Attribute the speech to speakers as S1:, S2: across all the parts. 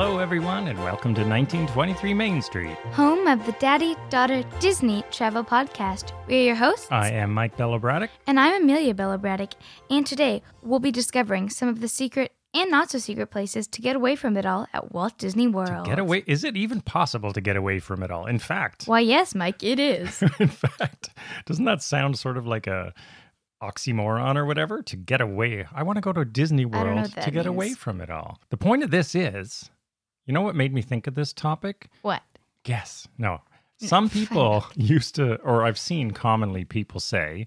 S1: everyone, and welcome to 1923 Main Street.
S2: Home of the Daddy Daughter Disney Travel Podcast. We're your hosts,
S1: I am Mike Bellabraddock.
S2: and I'm Amelia Bellabraddock, and today we'll be discovering some of the secret and not so secret places to get away from it all at Walt Disney World.
S1: Get away. Is it even possible to get away from it all? In fact,
S2: Why, yes, Mike, it is.
S1: in fact, doesn't that sound sort of like a oxymoron or whatever? To get away. I want to go to Disney
S2: know
S1: World
S2: what
S1: to
S2: that
S1: get away
S2: means.
S1: from it all. The point of this is, you know what made me think of this topic?
S2: what?
S1: Yes. No. Some people used to, or I've seen commonly people say,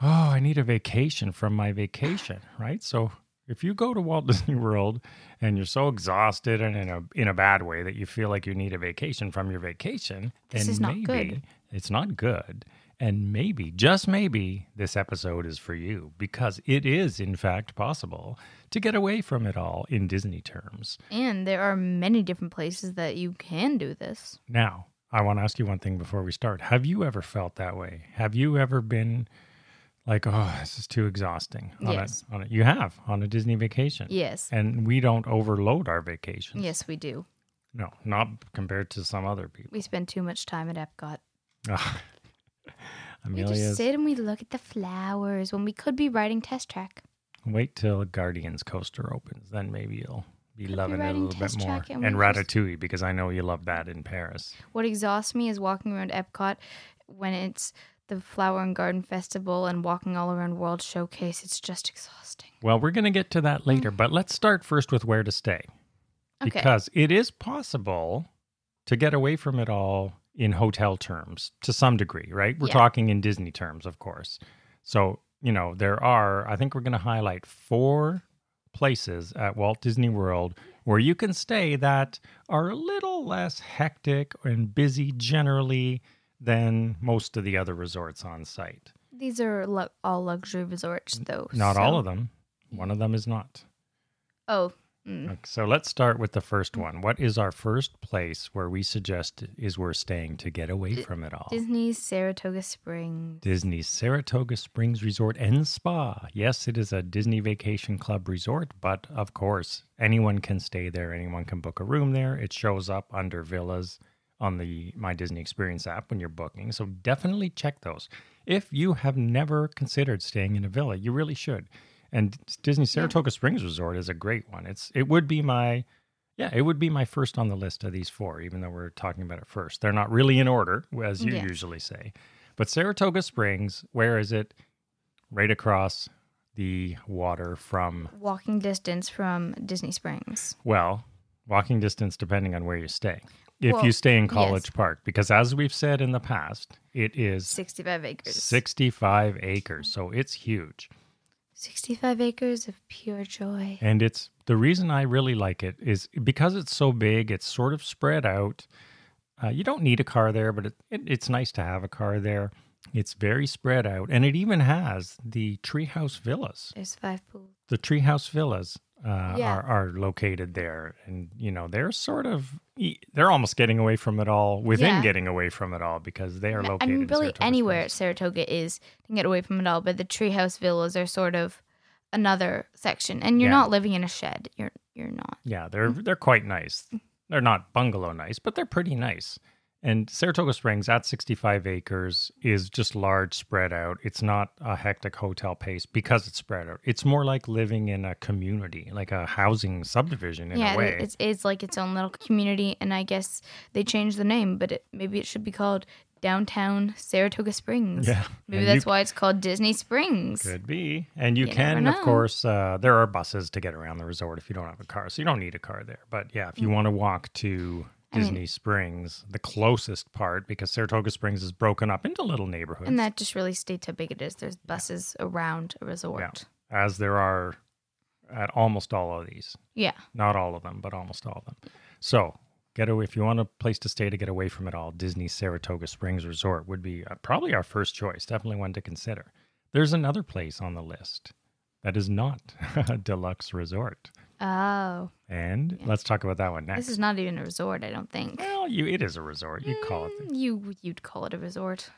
S1: Oh, I need a vacation from my vacation, right? So if you go to Walt Disney World and you're so exhausted and in a in a bad way that you feel like you need a vacation from your vacation,
S2: This
S1: then
S2: is not
S1: maybe
S2: good.
S1: it's not good. And maybe, just maybe, this episode is for you because it is, in fact, possible to get away from it all in Disney terms.
S2: And there are many different places that you can do this.
S1: Now, I want to ask you one thing before we start. Have you ever felt that way? Have you ever been like, oh, this is too exhausting? On
S2: Yes.
S1: A, on a, you have on a Disney vacation.
S2: Yes.
S1: And we don't overload our vacations.
S2: Yes, we do.
S1: No, not compared to some other people.
S2: We spend too much time at Epcot.
S1: Ah.
S2: We just
S1: Amelia's
S2: sit and we look at the flowers when we could be riding test track.
S1: wait till Guardians coaster opens, then maybe you'll be loving it a
S2: riding
S1: little bit
S2: Test
S1: more.
S2: Track
S1: And,
S2: and we just-
S1: Ratatouille, because I know you love that in Paris.
S2: What exhausts me is walking around Epcot when it's the Flower and Garden Festival and walking all around World Showcase. It's just exhausting.
S1: Well, we're going to get to that later,
S2: Mm.
S1: but let's start first with where to stay.
S2: Okay.
S1: Because it is possible to get away from it all in hotel terms to some degree, right? We're
S2: Yeah.
S1: talking in Disney terms, of course. So, you know, there are, I think we're going to highlight four places at Walt Disney World where you can stay that are a little less hectic and busy generally than most of the other resorts on site.
S2: These are lu- all luxury resorts, though.
S1: Not all of them. One of them is not.
S2: Oh, mm.
S1: Okay, So let's start with the first one. What is our first place where we suggest is worth staying to get away from it all?
S2: Disney's Saratoga Springs.
S1: Disney's Saratoga Springs Resort and Spa. Yes, it is a Disney Vacation Club resort, but of course, anyone can stay there. Anyone can book a room there. It shows up under villas on the My Disney Experience app when you're booking. So definitely check those. If you have never considered staying in a villa, you really should. And Disney Saratoga Springs Resort is a great one. It's it would be my yeah, it would be my first on the list of these four, even though we're talking about it first. They're not really in order, as you
S2: Yeah.
S1: usually say. But Saratoga Springs, where is it? Right across the water from,
S2: Walking distance from Disney Springs.
S1: well, walking distance, depending on where you stay. If
S2: Well,
S1: you stay in
S2: yes.
S1: College Park, because as we've said in the past, it is
S2: 65 acres.
S1: 65 acres. So it's huge.
S2: 65 acres of pure joy.
S1: And it's the reason I really like it is because it's so big, it's sort of spread out. Uh, you don't need a car there, but it, it, it's nice to have a car there. It's very spread out, and it even has the treehouse villas.
S2: There's five pools.
S1: The treehouse villas uh,
S2: Yeah.
S1: are are located there, and you know they're sort of e- they're almost getting away from it all within
S2: Yeah.
S1: getting away from it all because they are
S2: No,
S1: located. in
S2: And really,
S1: Saratoga
S2: anywhere
S1: Springs.
S2: Saratoga is can get away from it all. But the treehouse villas are sort of another section, and you're
S1: Yeah.
S2: not living in a shed. You're you're not.
S1: Yeah, they're
S2: Mm-hmm.
S1: they're quite nice. They're not bungalow nice, but they're pretty nice. And Saratoga Springs at 65 acres is just large, spread out. It's not a hectic hotel pace because it's spread out. It's more like living in a community, like a housing subdivision in
S2: yeah,
S1: a
S2: it-
S1: way.
S2: it's it's like its own little community, and I guess they changed the name, but it, maybe it should be called Downtown Saratoga Springs.
S1: Yeah.
S2: Maybe
S1: And you
S2: that's why it's called Disney Springs.
S1: Could be. And you,
S2: You never
S1: can, of
S2: know.
S1: course, uh, there are buses to get around the resort if you don't have a car. So you don't need a car there. But yeah, if you want to walk to
S2: Mm. I mean-
S1: Disney Springs, the closest part, because Saratoga Springs is broken up into little neighborhoods.
S2: And that just really states how big it is. There's buses around a resort.
S1: as there are at almost all of these.
S2: Yeah.
S1: Not all of them, but almost all of them. So, get away if you want a place to stay to get away from it all. Disney Saratoga Springs Resort would be uh, probably our first choice, definitely one to consider. There's another place on the list that is not a deluxe resort,
S2: Oh,
S1: and let's talk about that one next.
S2: this is not even a resort, I don't think.
S1: well, you it is a resort. You call it.
S2: Mm, You you'd call it a resort.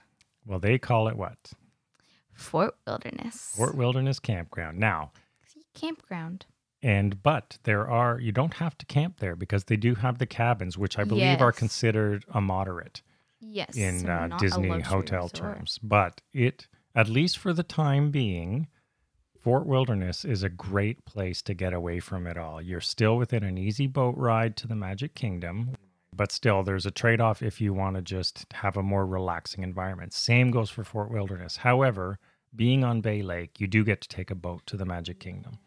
S1: Well, they call it what?
S2: Fort Wilderness.
S1: Fort Wilderness Campground. Now,
S2: Campground.
S1: And but there are you don't have to camp there because they do have the cabins, which I believe are
S2: Yes.
S1: considered a moderate
S2: Yes.
S1: in
S2: so
S1: uh,
S2: not a
S1: Disney
S2: luxury
S1: hotel
S2: resort.
S1: terms. But it, at least for the time being, Fort Wilderness is a great place to get away from it all. You're still within an easy boat ride to the Magic Kingdom, but still, there's a trade off if you want to just have a more relaxing environment. Same goes for Fort Wilderness. However, being on Bay Lake, you do get to take a boat to the Magic Kingdom.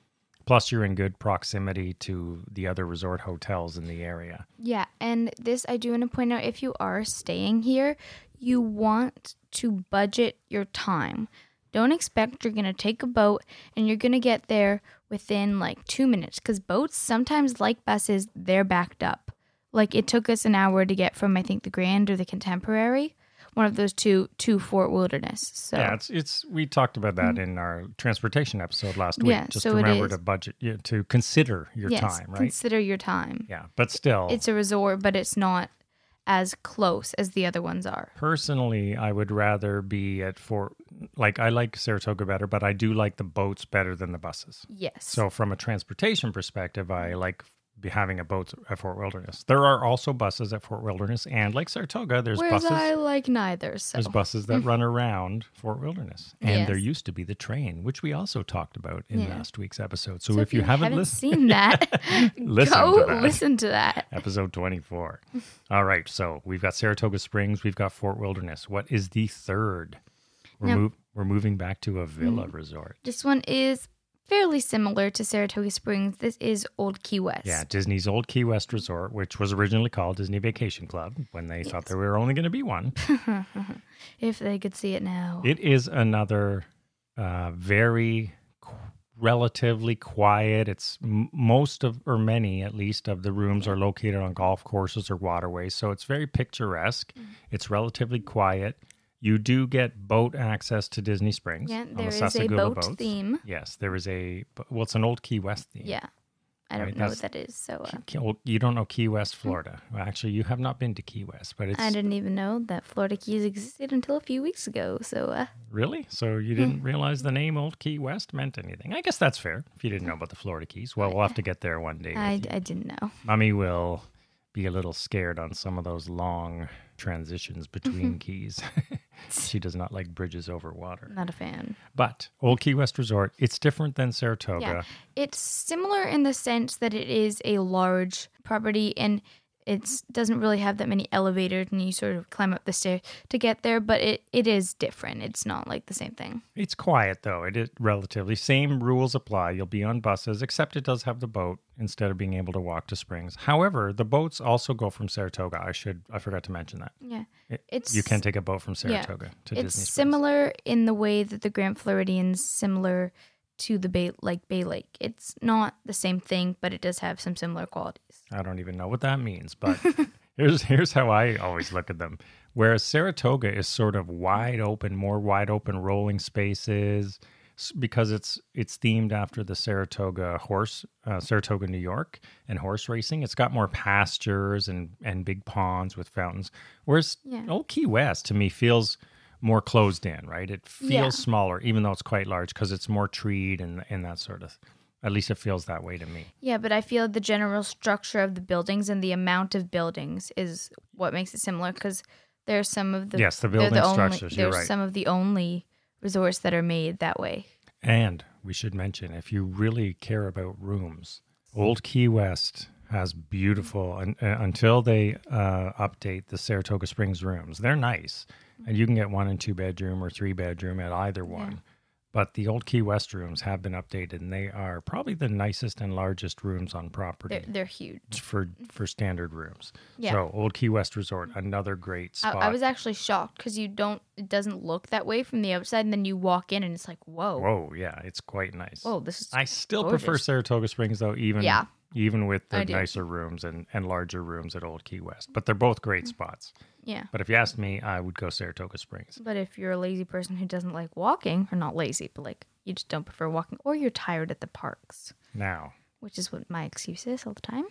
S1: Plus, you're in good proximity to the other resort hotels in the area.
S2: Yeah, and this I do want to point out if you are staying here, you want to budget your time. Don't expect you're going to take a boat and you're going to get there within like 2 minutes cuz boats sometimes like buses, they're backed up. Like it took us an hour to get from I think the Grand or the Contemporary, one of those two to Fort Wilderness. So
S1: Yeah, it's it's we talked about that in our transportation episode last week.
S2: Hmm. Yeah,
S1: Just
S2: so it
S1: remember
S2: is-
S1: to budget yeah, to consider your
S2: yes,
S1: time, right?
S2: consider your time.
S1: yeah, but still,
S2: It's a resort, but it's not as close as the other ones are.
S1: personally, I would rather be at Fort. Like I like Saratoga better, but I do like the boats better than the buses.
S2: Yes. Mm-hmm.
S1: So from a transportation perspective, I like be having a boat at Fort Wilderness. There are also buses at Fort Wilderness, and like Saratoga, there's
S2: Whereas
S1: buses.
S2: I like neither. So
S1: There's buses that run around Fort Wilderness, and there
S2: Oh. Mm. Yes.
S1: used to be the train, which we also talked about in
S2: Yeah.
S1: last week's episode. So, if, you, haven't listened,
S2: seen that,
S1: Listen
S2: go
S1: to that.
S2: listen to that.
S1: episode 24. All right, so we've got Saratoga Springs, we've got Fort Wilderness. What is the third? We're,
S2: Now- Mm.
S1: mov- we're moving back to a villa resort.
S2: This one is fairly similar to Saratoga Springs. This is Old Key West.
S1: Yeah, Disney's old Key West resort, which was originally called Disney Vacation Club when they thought there were only going to be one.
S2: If they could see it now.
S1: It is another uh, very qu- relatively quiet. It's m- most of, or many at least, of the rooms are located on golf courses or waterways. So it's very picturesque.
S2: Mm-hmm.
S1: It's relatively quiet. You do get boat access to Disney Springs.
S2: Yeah,
S1: on the
S2: there is a
S1: Sasagula
S2: boat theme.
S1: Yes, there is a, well, it's an old Key West theme.
S2: Yeah. I don't
S1: Right,
S2: know
S1: that's-
S2: what that is. So uh,
S1: Key- well, you don't know Key West, Florida. Well, actually, you have not been to Key West, but it's
S2: Mm-hmm. I didn't even know that Florida Keys existed until a few weeks ago. So uh,
S1: Really? So you
S2: Hmm.
S1: didn't realize the name Old Key West meant anything? I guess that's fair. If you didn't know about the Florida Keys, well, we'll have to get there one day. with
S2: I,
S1: you.
S2: I didn't know.
S1: Mummy will be a little scared on some of those long transitions
S2: Mm-hmm.
S1: between keys. she does not like bridges over water.
S2: Not a fan.
S1: But Old Key West Resort, it's different than Saratoga.
S2: Yeah. It's similar in the sense that it is a large property and it doesn't really have that many elevators and you sort of climb up the stair to get there, but it, it is different. It's not like the same thing.
S1: It's quiet though. It is relatively same rules apply. You'll be on buses, except it does have the boat instead of being able to walk to Springs. However, the boats also go from Saratoga. I should I forgot to mention that.
S2: Yeah.
S1: It-
S2: It's
S1: you can take a boat from Saratoga to
S2: it's
S1: Disney. Springs.
S2: similar in the way that the Grand Floridian's similar to the Bay like Bay Lake. It's not the same thing, but it does have some similar qualities.
S1: I don't even know what that means, but here's here's how I always look at them. Whereas Saratoga is sort of wide open, more wide open rolling spaces s- because it's it's themed after the Saratoga horse uh, Saratoga New York and horse racing. It's got more pastures and and big ponds with fountains. Whereas
S2: Yeah.
S1: Old Key West to me feels more closed in, right? It feels
S2: Yeah.
S1: smaller even though it's quite large because it's more treed and and that sort of at least it feels that way to me.
S2: Yeah, but I feel the general structure of the buildings and the amount of buildings is what makes it similar because there's some of the
S1: Yes, the
S2: they're
S1: building
S2: only-
S1: structures, you're
S2: There's
S1: right.
S2: some of the only resorts that are made that way.
S1: And we should mention if you really care about rooms, Old Key West has beautiful, un- uh, until they uh, update the Saratoga Springs rooms, they're nice. And you can get one and two bedroom or three bedroom at either one. But the Old Key West rooms have been updated and they are probably the nicest and largest rooms on property.
S2: They're they're huge.
S1: for for standard rooms,
S2: Yeah.
S1: so Old Key West Resort, another great
S2: I,
S1: spot.
S2: I was actually shocked because you don't it doesn't look that way from the outside, and then you walk in and it's like whoa, whoa,
S1: Whoa, yeah, it's quite nice.
S2: this is
S1: I still prefer
S2: gorgeous.
S1: Saratoga Springs though, even
S2: Yeah.
S1: even with the
S2: I do.
S1: nicer rooms and, and larger rooms at Old Key West. But they're both great spots.
S2: yeah.
S1: But if you asked me, I would go Saratoga Springs.
S2: But if you're a lazy person who doesn't like walking, or not lazy, but like you just don't prefer walking, or you're tired at the parks,
S1: Now,
S2: which is what my excuse is all the time.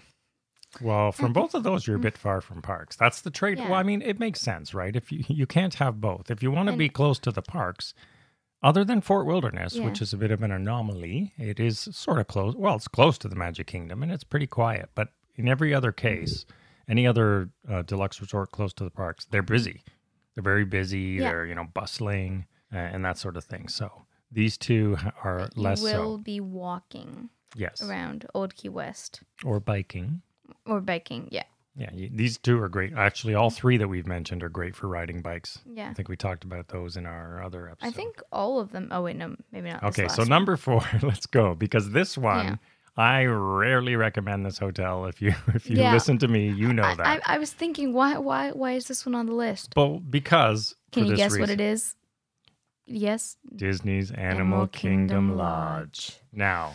S1: well, from both of those, you're a bit far from parks. That's the trade.
S2: Mm-hmm. Yeah.
S1: Well, I mean, it makes sense, right? If you you can't have both. If you want to
S2: And-
S1: be close to the parks, Other than Fort Wilderness,
S2: Yeah.
S1: which is a bit of an anomaly, it is sort of close. Well, it's close to the Magic Kingdom and it's pretty quiet. But in every other
S2: Mm-hmm.
S1: case, any other uh, deluxe resort close to the parks, they're busy. They're very busy.
S2: Yeah.
S1: They're you know bustling uh, and that sort of thing. So these two ha- are
S2: You
S1: less
S2: will
S1: so.
S2: be walking
S1: Yes,
S2: around Old Key West
S1: or biking.
S2: or biking. Yeah.
S1: Yeah, y- these two are great. Actually, all three that we've mentioned are great for riding bikes.
S2: Yeah.
S1: I think we talked about those in our other episode.
S2: I think all of them. Oh, wait, no, maybe not. this
S1: Okay, so
S2: last
S1: number four, let's go because this one
S2: Yeah.
S1: I rarely recommend this hotel. If you if you
S2: Yeah.
S1: listen to me, you know
S2: one.
S1: that.
S2: I, I, I was thinking, why, why, why is this one on the list?
S1: but because
S2: Can
S1: for
S2: you
S1: this
S2: guess what
S1: reason,
S2: it is? Yes.
S1: Disney's Animal, Kingdom, Lodge. Now,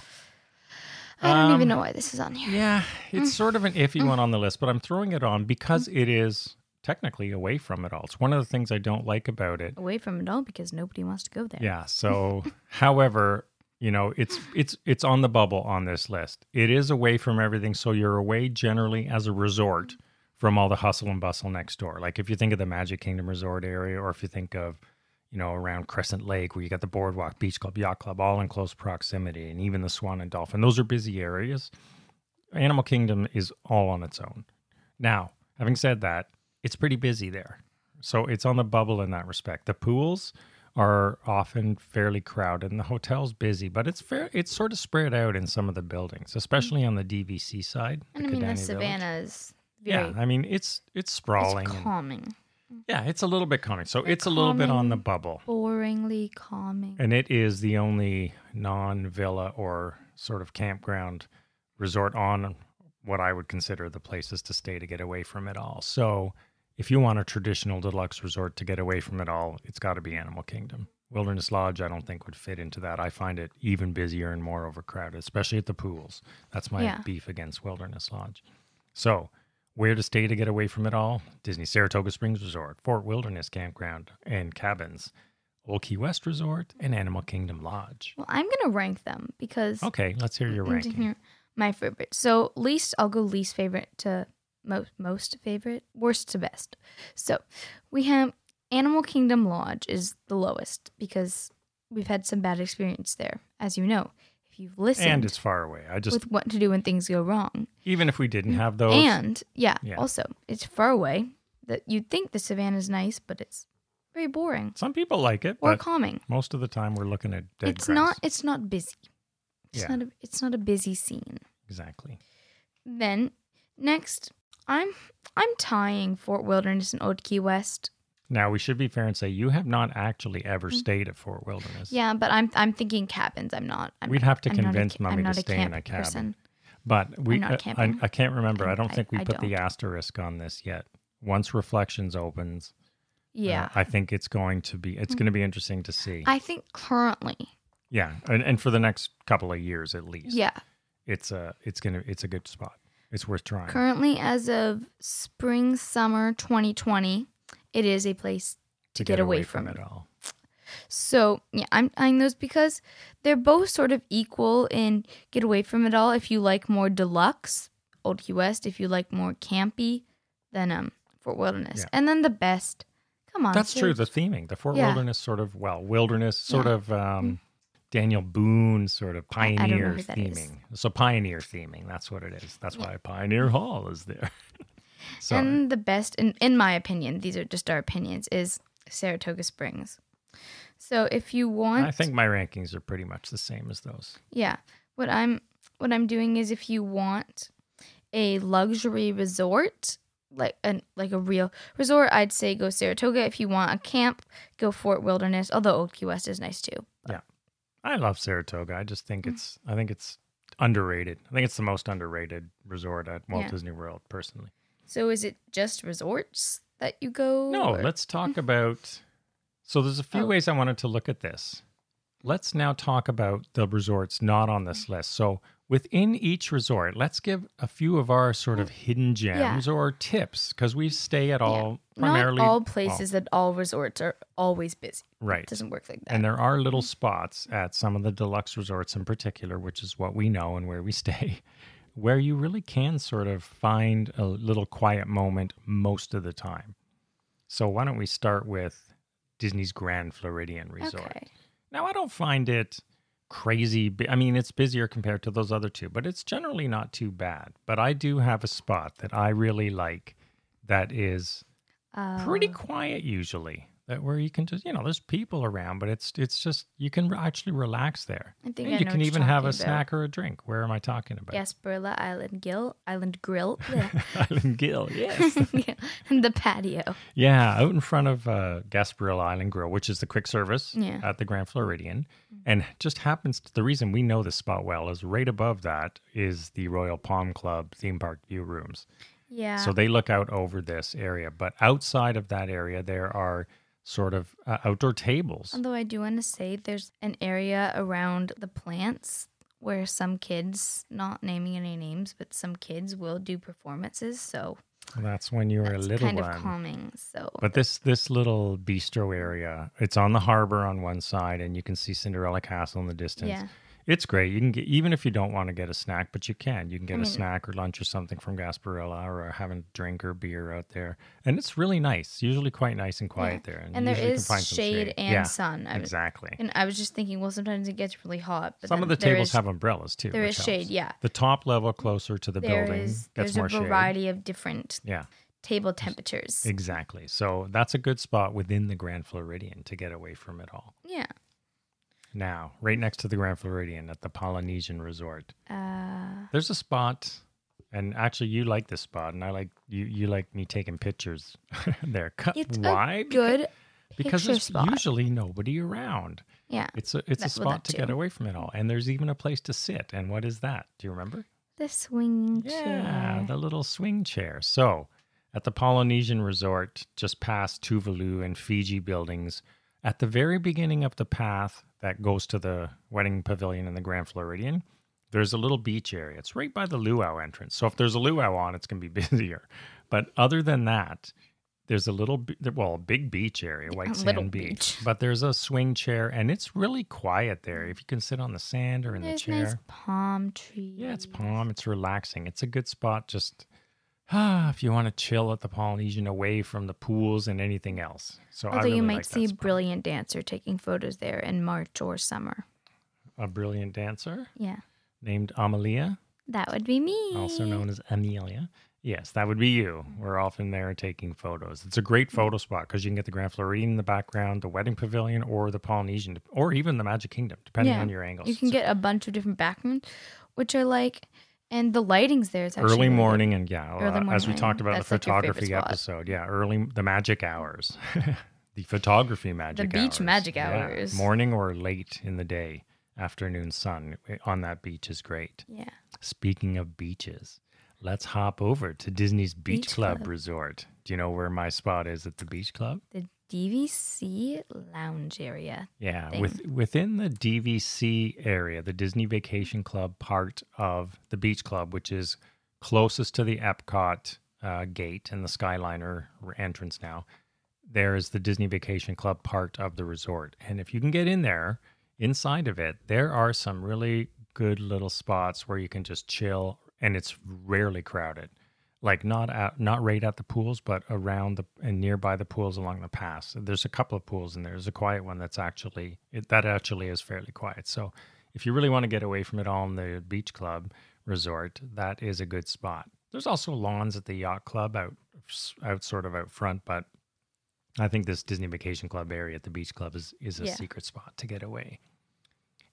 S2: I don't even
S1: Um,
S2: know Mm. why this is on here.
S1: yeah, it's sort of an iffy one on the list, but I'm throwing it on because
S2: Mm.
S1: it is technically away from it all. It's one of the things I don't like about it.
S2: Away from it all because nobody wants to go there.
S1: Yeah. So, however, you know, it's it's it's on the bubble on this list. It is away from everything, so you're away generally as a resort from all the hustle and bustle next door. Like if you think of the Magic Kingdom Resort area, or if you think of you know around Crescent Lake where you got the Boardwalk, Beach Club, Yacht Club, all in close proximity, and even the Swan and Dolphin. Those are busy areas. Animal Kingdom is all on its own. Now, having said that, it's pretty busy there. So it's on the bubble in that respect. The pools are often fairly crowded and the hotel's busy, but it's fair it's sort of spread out in some of the buildings, especially on the DVC side.
S2: And I mean, the
S1: Kidani Village.
S2: savannah is very
S1: Yeah, I mean it's it's sprawling.
S2: it's
S1: and-
S2: calming,
S1: yeah, it's a little bit calming. So it's a little bit on the bubble.
S2: boringly calming.
S1: And it is the only non villa or sort of campground resort on what I would consider the places to stay to get away from it all. So if you want a traditional deluxe resort to get away from it all, it's got to be Animal Kingdom. Wilderness Lodge, I don't think would fit into that. I find it even busier and more overcrowded, especially at the pools. That's my
S2: Yeah.
S1: beef against Wilderness Lodge. So, where to stay to get away from it all? Disney Saratoga Springs Resort, Fort Wilderness Campground and Cabins, Old Key West Resort, and Animal Kingdom Lodge.
S2: Well, I'm gonna rank them because
S1: Okay, let's hear your
S2: I'm to
S1: ranking.
S2: hear my favorite. So least, I'll go least favorite to most most favorite, worst to best. So we have Animal Kingdom Lodge is the lowest because we've had some bad experience there, as you know. If you've listened
S1: And it's far away. I just,
S2: with what to do when things go wrong,
S1: even if we didn't have those,
S2: And yeah,
S1: Yeah.
S2: also it's far away. That you'd think the savannah's nice, but it's very boring
S1: some people like it,
S2: or
S1: but
S2: calming.
S1: most of the time we're looking at dead
S2: it's
S1: grass.
S2: not. It's not busy. It's
S1: Yeah.
S2: not. A, it's not a busy scene.
S1: Exactly.
S2: Then next, I'm I'm tying Fort Wilderness and Old Key West.
S1: Now, we should be fair and say you have not actually ever stayed at Fort Wilderness.
S2: Mm. Yeah, but I'm I'm thinking cabins. I'm not. I'm
S1: We'd
S2: not-
S1: have to
S2: I'm not a
S1: convince
S2: ca-
S1: Mummy
S2: I'm
S1: to
S2: not
S1: stay in
S2: camp
S1: a cabin.
S2: person.
S1: But we, uh,
S2: not
S1: I- I,
S2: camping.
S1: I can't remember. I don't
S2: I-
S1: think we
S2: I
S1: put the
S2: don't.
S1: asterisk on this yet. Once Reflections opens, uh,
S2: Yeah, Mm-hmm.
S1: I think it's going to be it's going to be interesting to see.
S2: I think currently.
S1: yeah, and, and for the next couple of years at least.
S2: Yeah,
S1: it's a it's gonna it's a good spot. It's worth trying.
S2: currently as of spring summer 2020, it is a place to get away from
S1: it all.
S2: So yeah, I'm tying those because they're both sort of equal in get away from it all. If you like more deluxe, Old Key West. If you like more campy, then um Fort Wilderness.
S1: Yeah.
S2: And then the best. Come on,
S1: That's true.
S2: Sage.
S1: The theming, the Fort
S2: Yeah.
S1: Wilderness sort of well wilderness sort
S2: Yeah. Mm-hmm.
S1: of um, Daniel Boone sort of
S2: I- I don't know
S1: pioneer
S2: who that is.
S1: theming. So pioneer theming. That's what it is. That's why Pioneer Hall is there. so
S2: And the best, in, in my opinion, these are just our opinions, is Saratoga Springs. So if you want,
S1: I think my rankings are pretty much the same as those.
S2: yeah, what I'm what I'm doing is if you want a luxury resort, like an like a real resort, I'd say go Saratoga. If you want a camp, go Fort Wilderness. Although Old Key West is nice too.
S1: I love Saratoga. I just
S2: Mm.
S1: think it's I think it's underrated. I think it's the most underrated resort at Walt
S2: Yeah.
S1: Disney World personally.
S2: So is it just resorts that you go?
S1: No,
S2: or-
S1: let's talk about. So there's a few
S2: Oh.
S1: ways I wanted to look at this. Let's now talk about the resorts not on
S2: Mm.
S1: this list. So within each resort, let's give a few of our sort of hidden gems or tips because we stay at all
S2: not
S1: primarily
S2: all places at all resorts are always busy.
S1: well, right.
S2: It doesn't work like that.
S1: And there are little spots at some of the deluxe resorts in particular, which is what we know and where we stay, where you really can sort of find a little quiet moment most of the time. So why don't we start with Disney's Grand Floridian Resort?
S2: Okay.
S1: Now, I don't find it crazy. bu- I mean, it's busier compared to those other two, but it's generally not too bad. But I do have a spot that I really like that is
S2: Uh,
S1: pretty quiet usually. That where you can just you know there's people around, but it's it's just you can re- actually relax there.
S2: I think
S1: And
S2: I
S1: you
S2: know
S1: can
S2: what you're
S1: even have a
S2: talking about.
S1: snack or a drink. Where am I talking about?
S2: Gasparilla Island Gill Island Grill. bleh.
S1: Island Gill. Yes.
S2: yeah, and the patio.
S1: Yeah, out in front of uh, Gasparilla Island Grill, which is the quick service
S2: Yeah. Mm-hmm.
S1: at the Grand Floridian, and just happens to, the reason we know this spot well is right above that is the Royal Palm Club theme park view rooms.
S2: Yeah.
S1: So they look out over this area, but outside of that area there are sort of uh, outdoor tables.
S2: Although I do want to say there's an area around the plants where some kids, not naming any names, but some kids will do performances. So
S1: That's when you were a
S2: it's
S1: little
S2: kind
S1: one.
S2: of calming. So
S1: But this this little bistro area, it's on the harbor on one side, and you can see Cinderella Castle in the distance.
S2: Yeah.
S1: It's great. You can get even if you don't want to get a snack, but you can. You can get
S2: mean-
S1: a snack or lunch or something from Gasparilla or having a drink or beer out there. And it's really nice. Usually quite nice and quiet there.
S2: and, there
S1: usually you can
S2: is
S1: find some
S2: shade, and
S1: yeah,
S2: sun. I was-
S1: Exactly.
S2: And I was just thinking, well, sometimes it gets really hot. But
S1: Some
S2: then
S1: of the
S2: there
S1: tables
S2: is-
S1: have umbrellas too.
S2: there
S1: which
S2: is shade.
S1: helps.
S2: Yeah,
S1: The top level closer to the
S2: there
S1: building
S2: is.
S1: gets
S2: There's
S1: more
S2: a
S1: shade.
S2: variety of different
S1: Yeah.
S2: table temperatures.
S1: Exactly. So that's a good spot within the Grand Floridian to get away from it all.
S2: yeah.
S1: Now, right next to the Grand Floridian at the Polynesian Resort,
S2: Uh,
S1: there's a spot, and actually, you like this spot, and I like you. You like me taking pictures there. Cut
S2: it's
S1: Uh, why?
S2: a good.
S1: because
S2: picture
S1: there's
S2: spot.
S1: usually nobody around.
S2: Yeah.
S1: It's a it's a
S2: That- well,
S1: spot
S2: that
S1: to get
S2: too.
S1: away from it all, and there's even a place to sit. And what is that? Do you remember?
S2: The swinging
S1: Yeah,
S2: chair.
S1: the little swing chair. So, at the Polynesian Resort, just past Tuvalu and Fiji buildings, at the very beginning of the path that goes to the wedding pavilion in the Grand Floridian, there's a little beach area. It's right by the luau entrance. So, if there's a luau on, it's going to be busier. But other than that, there's a little, be- well, a big beach area, white
S2: a
S1: sand
S2: little
S1: beach.
S2: beach.
S1: But there's a swing chair, and it's really quiet there. If you can sit on the sand or in
S2: There's
S1: the chair,
S2: nice palm trees.
S1: yeah, it's palm. It's relaxing. It's a good spot just ah, if you want to chill at the Polynesian away from the pools and anything else. So I
S2: Although
S1: really
S2: you might
S1: like that
S2: see
S1: spot.
S2: brilliant dancer taking photos there in March or summer.
S1: a brilliant dancer
S2: Yeah,
S1: named Amalia,
S2: that would be me.
S1: also known as Amelia. Yes, that would be you. We're often there taking photos. It's a great
S2: Mm.
S1: photo spot because you can get the Grand Floridian in the background, the Wedding Pavilion, or the Polynesian, or even the Magic Kingdom, depending
S2: Yeah.
S1: on your angles.
S2: You can
S1: So
S2: get a bunch of different backgrounds, which I like, and the lighting's there is actually
S1: early
S2: really good.
S1: morning and yeah,
S2: Early
S1: uh, as we
S2: morning,
S1: talked about in the
S2: that's like your favorite
S1: photography
S2: spot.
S1: episode, yeah, early the magic hours, the photography magic,
S2: beach
S1: hours.
S2: magic
S1: Yeah,
S2: hours.
S1: morning or late in the day, afternoon sun on that beach is great.
S2: Yeah,
S1: Speaking of beaches, let's hop over to Disney's Beach,
S2: Beach
S1: Club,
S2: Club.
S1: Resort. Do you know where my spot is at the Beach Club?
S2: the DVC lounge area.
S1: Yeah, with, within the DVC area, the Disney Vacation Club part of the Beach Club, which is closest to the Epcot uh, gate and the Skyliner r- entrance now, there is the Disney Vacation Club part of the resort. And if you can get in there, inside of it, there are some really good little spots where you can just chill and it's rarely crowded. Like not out, not right at the pools, but around the and nearby the pools along the pass. There's a couple of pools in there. There's a quiet one that's actually it, that actually is fairly quiet. So if you really want to get away from it all in the beach club resort, that is a good spot. There's also lawns at the yacht club out out sort of out front, but I think this Disney Vacation Club area at the beach club is is a
S2: Yeah.
S1: secret spot to get away.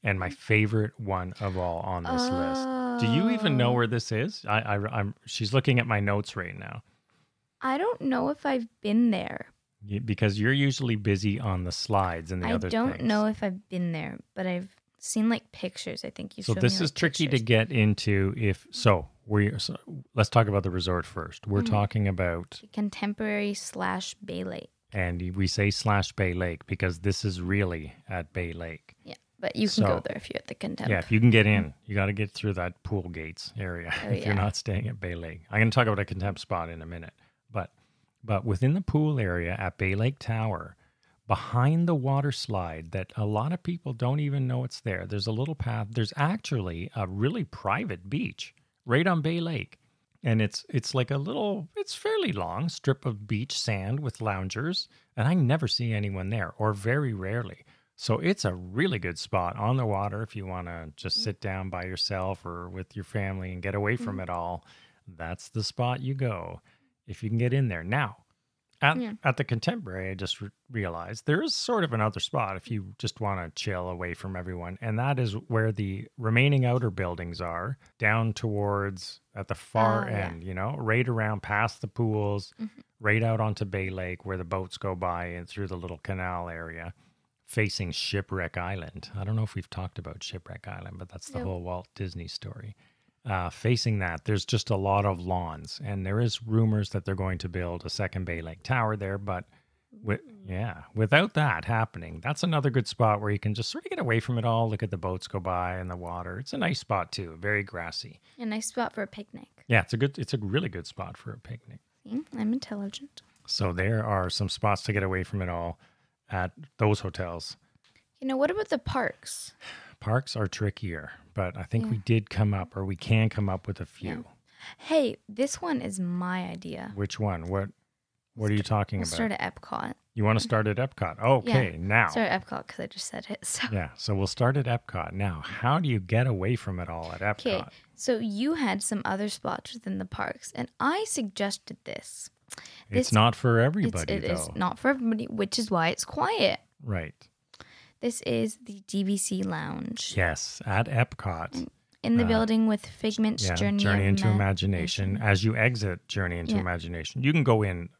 S1: And my favorite one of all on this list. Do you even know
S2: Oh.
S1: where this is? I, I I'm she's looking at my notes right now
S2: I don't know if I've been there.
S1: You- because you're usually busy on the slides and the
S2: I
S1: other
S2: don't
S1: things.
S2: know if I've been there, but I've seen like pictures. I think you.
S1: so
S2: showed
S1: this
S2: me,
S1: is
S2: like,
S1: tricky
S2: pictures.
S1: to get into if so we so let's talk about the resort first we're
S2: Mhm.
S1: talking about
S2: Contemporary slash Bay Lake.
S1: and we say slash bay lake because this is really at bay lake
S2: Yeah, but you can
S1: So-
S2: go there if you're at the contemporary.
S1: yeah if you can get in you got to get through that pool gates area
S2: Mm. Oh,
S1: if
S2: yeah.
S1: you're not staying at bay lake i'm going to talk about a contempt spot in a minute but but within the pool area at bay lake tower behind the water slide that a lot of people don't even know it's there. There's a little path. There's actually a really private beach right on Bay Lake. And it's it's like a little it's fairly long strip of beach sand with loungers and I never see anyone there or very rarely. So it's a really good spot on the water if you want to just sit down by yourself or with your family and get away from it all. That's the spot you go if you can get in there. Now, at,
S2: Yeah.
S1: at the Contemporary, I just re- realized there is sort of another spot if you just want to chill away from everyone, and that is where the remaining outer buildings are down towards at the far
S2: Oh, yeah.
S1: end, you know, right around past the pools,
S2: Mhm.
S1: right out onto Bay Lake where the boats go by and through the little canal area facing Shipwreck Island. I don't know if we've talked about Shipwreck Island, but that's the
S2: No.
S1: whole Walt Disney story. Uh, facing that, there's just a lot of lawns, and there is rumors that they're going to build a second Bay Lake Tower there. But wi- yeah, without that happening, that's another good spot where you can just sort of get away from it all, look at the boats go by and the water. It's a nice spot too, very grassy.
S2: A nice spot for a picnic.
S1: Yeah, it's a good, it's a really good spot for a picnic.
S2: See, I'm intelligent.
S1: So there are some spots to get away from it all at those hotels.
S2: You know, what about the parks?
S1: Parks are trickier, but I think
S2: Yeah.
S1: we did come up or we can come up with a few.
S2: Hey, this one is my idea.
S1: Which one? What what are you talking
S2: We'll
S1: about?
S2: start at Epcot.
S1: you want to start at Epcot? Okay, now.
S2: Start at Epcot because I just said it. So.
S1: Yeah, so we'll start at Epcot. Now, how do you get away from it all at Epcot?
S2: Okay, so you had some other spots within the parks, and I suggested this.
S1: it's
S2: this-
S1: not for
S2: It's,
S1: everybody
S2: it
S1: though.
S2: is not for everybody, which is why it's quiet.
S1: Right.
S2: This is the DVC Lounge
S1: Yes, at Epcot.
S2: in the
S1: Uh,
S2: building with Figment's
S1: yeah,
S2: Mm, Journey,
S1: into
S2: Ima-
S1: Imagination. As you exit Journey into
S2: Yeah.
S1: Imagination, you can go in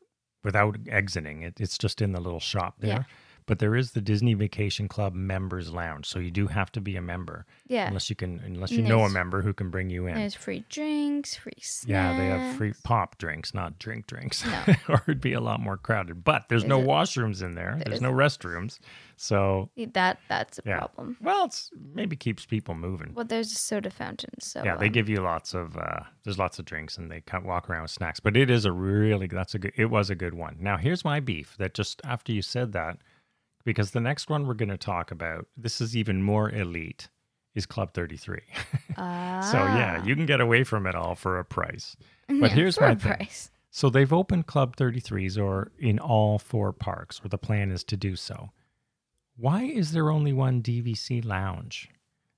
S1: without exiting. It, it's just in the little shop there.
S2: Yeah.
S1: But there is the Disney Vacation Club Members Lounge, so you do have to be a member.
S2: Yeah,
S1: unless you can unless
S2: And
S1: you know a
S2: there's-
S1: member who can bring you in
S2: there's free drinks, free snacks.
S1: yeah they have free pop drinks not drink drinks
S2: No.
S1: or it'd be a lot more crowded but there's
S2: Is
S1: no
S2: it-
S1: washrooms in there there's no restrooms so
S2: That that's a
S1: Yeah.
S2: problem.
S1: well it's maybe keeps people moving
S2: Well, there's a soda fountain, so
S1: yeah they
S2: um,
S1: give you lots of uh there's lots of drinks and they kind of walk around with snacks but it is a really that's a good it was a good one now here's my beef that just after you said that because the next one we're going to talk about this is even more elite is club 33 So yeah,
S2: ah,
S1: you can get away from it all for a price. But here's
S2: for a
S1: my thing.
S2: price.
S1: So they've opened Club 33s or in all four parks, or the plan is to do so. Why is there only one DVC lounge?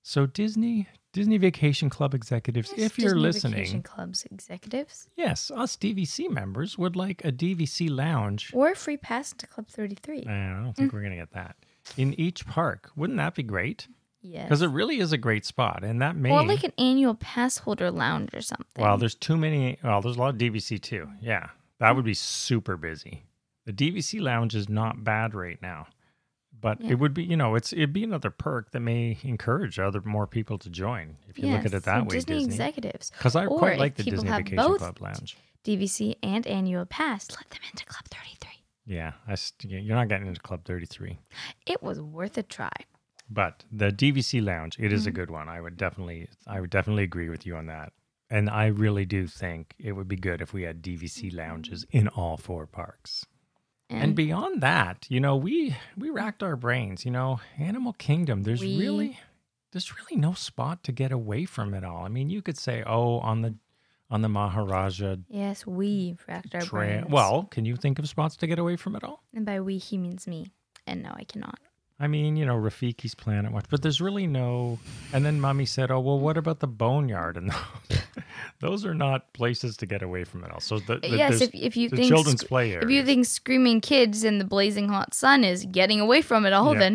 S1: So Disney, Disney Vacation Club executives,
S2: Yes,
S1: if you're
S2: Disney
S1: listening,
S2: Vacation Club's executives
S1: yes, us DVC members would like a DVC lounge.
S2: or a free pass to Club 33.
S1: Eh, I
S2: Mm.
S1: don't think we're going to get that. In each park. Wouldn't that be great?
S2: yes.
S1: Because it really is a great spot. And that may
S2: Or like an annual pass holder lounge or something.
S1: Well, there's too many. Well, there's a lot of DVC too. Yeah, that would be super busy. The DVC lounge is not bad right now, but
S2: Yeah.
S1: it would be you know it's it'd be another perk that may encourage other more people to join if you look at
S2: Yes,
S1: it that
S2: so
S1: way.
S2: Disney,
S1: Disney,
S2: executives,
S1: because I
S2: or
S1: quite
S2: if
S1: like the
S2: people
S1: Disney
S2: have
S1: Vacation
S2: both-
S1: Club Lounge.
S2: DVC, and annual pass, let them into Club 33.
S1: Yeah, I st- you're not getting into Club 33,
S2: It was worth a try.
S1: but the DVC lounge it
S2: Mm-hmm.
S1: is a good one. I would definitely I would definitely agree with you on that. And I really do think it would be good if we had
S2: Mm-hmm.
S1: DVC lounges in all four parks.
S2: And,
S1: And beyond that, you know, we we racked our brains. You know, Animal Kingdom. There's
S2: We-
S1: really there's really no spot to get away from it all. I mean, you could say, oh, on the on the Maharaja
S2: yes, we racked our
S1: trail.
S2: brains.
S1: Well, can you think of spots to get away from it all?
S2: and by we, he means me. And no, I cannot.
S1: I mean, you know, Rafiki's Planet Watch, but there's really no. And then Mommy said, "Oh, well, what about the Boneyard?" And those, those are not places to get away from it all. So the, the-
S2: yes,
S1: there's-
S2: if, if you
S1: the
S2: think
S1: children's
S2: sc-
S1: play
S2: if you
S1: areas.
S2: think screaming kids and the blazing hot sun is getting away from it all,
S1: Yeah.
S2: then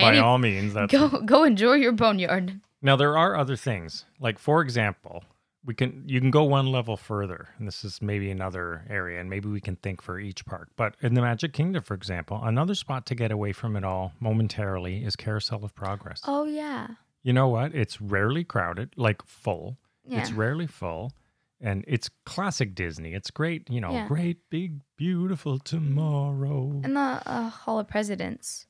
S1: by
S2: any
S1: all means, that's
S2: go go enjoy your boneyard.
S1: Now there are other things. Like for example, we can you can go one level further, and this is maybe another area, and maybe we can think for each park. But in the Magic Kingdom, for example, another spot to get away from it all momentarily is Carousel of Progress.
S2: Oh yeah,
S1: You know what? It's rarely crowded, like full.
S2: yeah.
S1: It's rarely full. And it's classic Disney. It's great, you know,
S2: Yeah.
S1: great big beautiful tomorrow.
S2: and the uh, Hall of Presidents.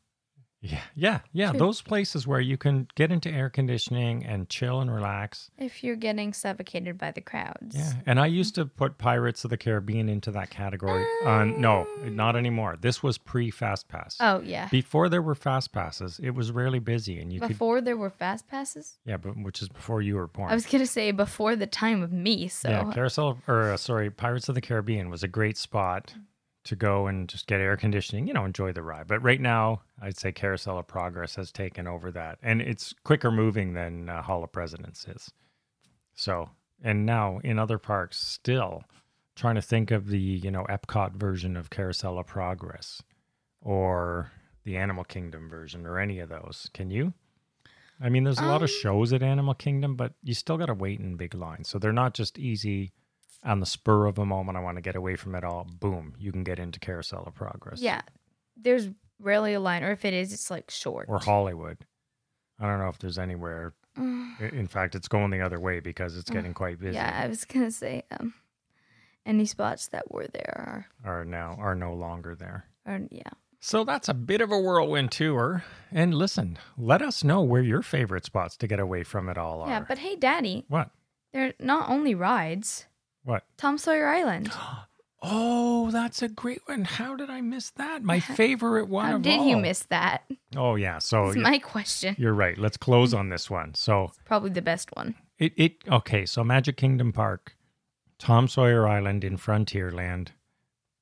S1: yeah, yeah, yeah.
S2: True.
S1: Those places where you can get into air conditioning and chill and relax.
S2: If you're getting suffocated by the crowds.
S1: Yeah, and I used to put Pirates of the Caribbean into that category. On no, not anymore. This was pre Fast Pass.
S2: Oh yeah.
S1: Before there were Fast Passes, it was rarely busy, and you could
S2: Before there were fast passes.
S1: yeah, but which is before you were born.
S2: I was gonna say before the time of me. So
S1: yeah, Carousel or uh, sorry, Pirates of the Caribbean was a great spot to go and just get air conditioning, you know, enjoy the ride. But right now, I'd say Carousel of Progress has taken over that, and it's quicker moving than uh, Hall of Presidents is. So, and now in other parks, still trying to think of the you know Epcot version of Carousel of Progress, or the Animal Kingdom version, or any of those. Can you? I mean, there's a lot
S2: Um,
S1: of shows at Animal Kingdom, but you still got to wait in big lines. So they're not just easy on the spur of a moment. I want to get away from it all. Boom, you can get into Carousel of Progress.
S2: Yeah. There's rarely a line, or if it is, it's like short.
S1: Or Hollywood. I don't know if there's anywhere.
S2: Mm.
S1: i- In fact, it's going the other way because it's getting quite busy.
S2: Yeah, I was gonna say um, any spots that were there
S1: Are now are no longer there.
S2: are, are yeah.
S1: So that's a bit of a whirlwind tour. And listen, let us know where your favorite spots to get away from it all are.
S2: Yeah, but hey, Daddy,
S1: what?
S2: they're not only rides.
S1: What?
S2: Tom Sawyer Island.
S1: Oh, that's a great one. How did I miss that? My favorite one.
S2: How
S1: of
S2: did you
S1: all.
S2: miss that?
S1: Oh yeah. So
S2: That's
S1: y-
S2: my question.
S1: you're right. Let's close on this one. So
S2: Probably the best one.
S1: it, it okay. So Magic Kingdom Park, Tom Sawyer Island in Frontierland,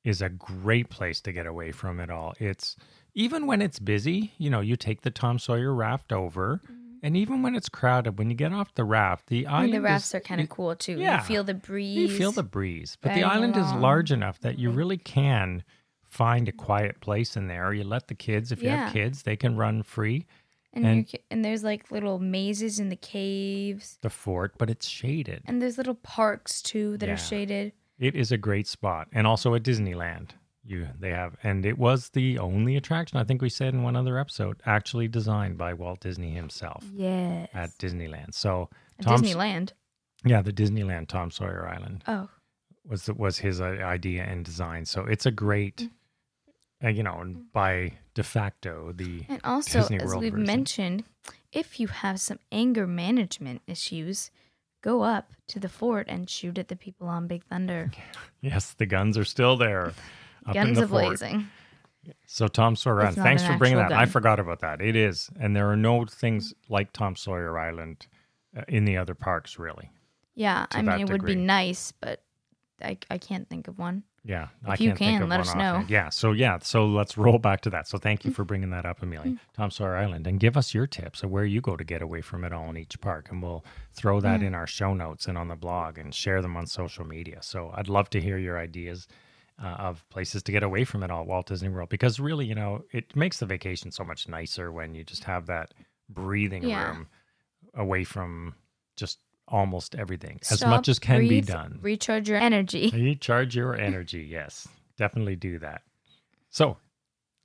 S1: is a great place to get away from it all. It's even when it's busy. You know, you take the Tom Sawyer raft over, and even when it's crowded, when you get off the raft, the
S2: I mean,
S1: island
S2: Mm-hmm. the rafts
S1: is,
S2: are kind of
S1: it-
S2: cool too.
S1: yeah.
S2: You feel the breeze.
S1: You feel the breeze, but the
S2: riding
S1: island is
S2: along.
S1: large enough that
S2: Mm-hmm.
S1: you really can find a quiet place in there. You let the kids, if you have
S2: Yeah.
S1: kids, they can run free
S2: and you
S1: and-
S2: ca- and there's like little mazes in the caves,
S1: the fort, but it's shaded.
S2: and there's little parks too that
S1: Yeah.
S2: are shaded.
S1: It is a great spot, and also at Disneyland, you they have, and it was the only attraction I think we said in one other episode actually designed by Walt Disney himself
S2: Yes.
S1: Oh, at Disneyland. So
S2: At
S1: Tom's-
S2: Disneyland.
S1: yeah, the Disneyland Tom Sawyer Island
S2: Oh,
S1: was was his i- idea and design. So it's a great, uh, you know, and by de facto the
S2: Mm. and also
S1: Disney
S2: as
S1: World
S2: we've
S1: version.
S2: mentioned, if you have some anger management issues, go up to the fort and shoot at the people on Big Thunder.
S1: Yes, the guns are still there. up in
S2: Guns
S1: the
S2: a
S1: fort.
S2: blazing.
S1: So Tom Sawyer
S2: It's
S1: Island.
S2: not
S1: Thanks
S2: an
S1: for bringing that.
S2: actual
S1: I
S2: gun.
S1: forgot about that. It is, and there are no things like Tom Sawyer Island uh, in the other parks, really.
S2: Yeah,
S1: To
S2: I
S1: that
S2: mean it would be
S1: degree.
S2: nice, but I, I can't think of one.
S1: Yeah, I
S2: If you
S1: can't think
S2: can,
S1: of
S2: let
S1: one
S2: us know. Mm.
S1: offhand. Yeah. So yeah. So let's roll back to that. So thank you for bringing that up, Amelia. Tom Sawyer Island, and give us your tips of where you go to get away from it all in each park, and we'll throw
S2: Mm.
S1: that in our show notes and on the blog and share them on social media. So I'd love to hear your ideas. Uh, of places to get away from it all, at Walt Disney World, because really, you know, it makes the vacation so much nicer when you just have that breathing
S2: Yeah.
S1: room away from just almost everything, as
S2: Stop,
S1: much as can be
S2: breathe,
S1: done.
S2: Recharge your energy.
S1: Recharge your energy. Yes, definitely do that. So,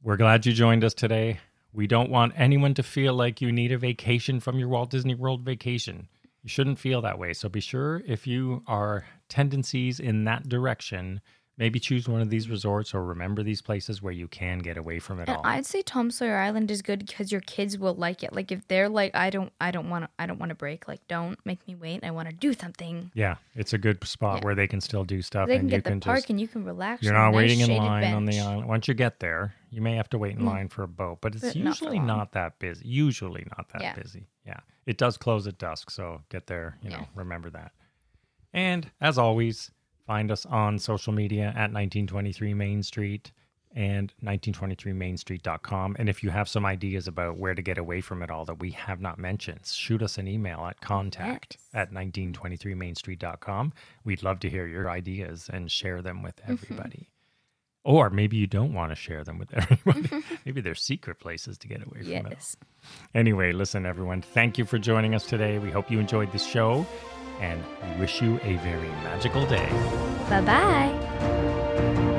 S1: we're glad you joined us today. We don't want anyone to feel like you need a vacation from your Walt Disney World vacation. You shouldn't feel that way. So, be sure if you are tendencies in that direction, maybe choose one of these resorts or remember these places where you can get away from it
S2: And
S1: all.
S2: I'd say Tom Sawyer Island is good because your kids will like it. Like if they're like, I don't, I don't want, to, I don't want to break. Like don't make me wait. I want to do something.
S1: yeah, it's a good spot
S2: Yeah.
S1: where they can still do stuff
S2: They can
S1: and you
S2: get the
S1: can
S2: park
S1: just
S2: and you can relax.
S1: You're
S2: on a
S1: not
S2: nice
S1: waiting in
S2: shaded
S1: line on the
S2: bench.
S1: island. Once you get there, you may have to wait in
S2: Mm.
S1: line for a boat, but it's
S2: But not for
S1: usually not,
S2: long.
S1: that busy. Usually not that
S2: Yeah.
S1: busy. Yeah. It does close at dusk, so get there, you know,
S2: Yeah.
S1: remember that. And as always, find us on social media at 1923 Main Street and 1923mainstreet.com. And if you have some ideas about where to get away from it all that we have not mentioned, shoot us an email at contact
S2: Yes.
S1: at 1923mainstreet.com. We'd love to hear your ideas and share them with
S2: Mm-hmm.
S1: everybody. Or maybe you don't want to share them with everybody. maybe they're secret places to get away from it. all.
S2: Mm-hmm. Yes.
S1: Anyway, listen, everyone, thank you for joining us today. We hope you enjoyed the show and we wish you a very magical day.
S2: Bye bye.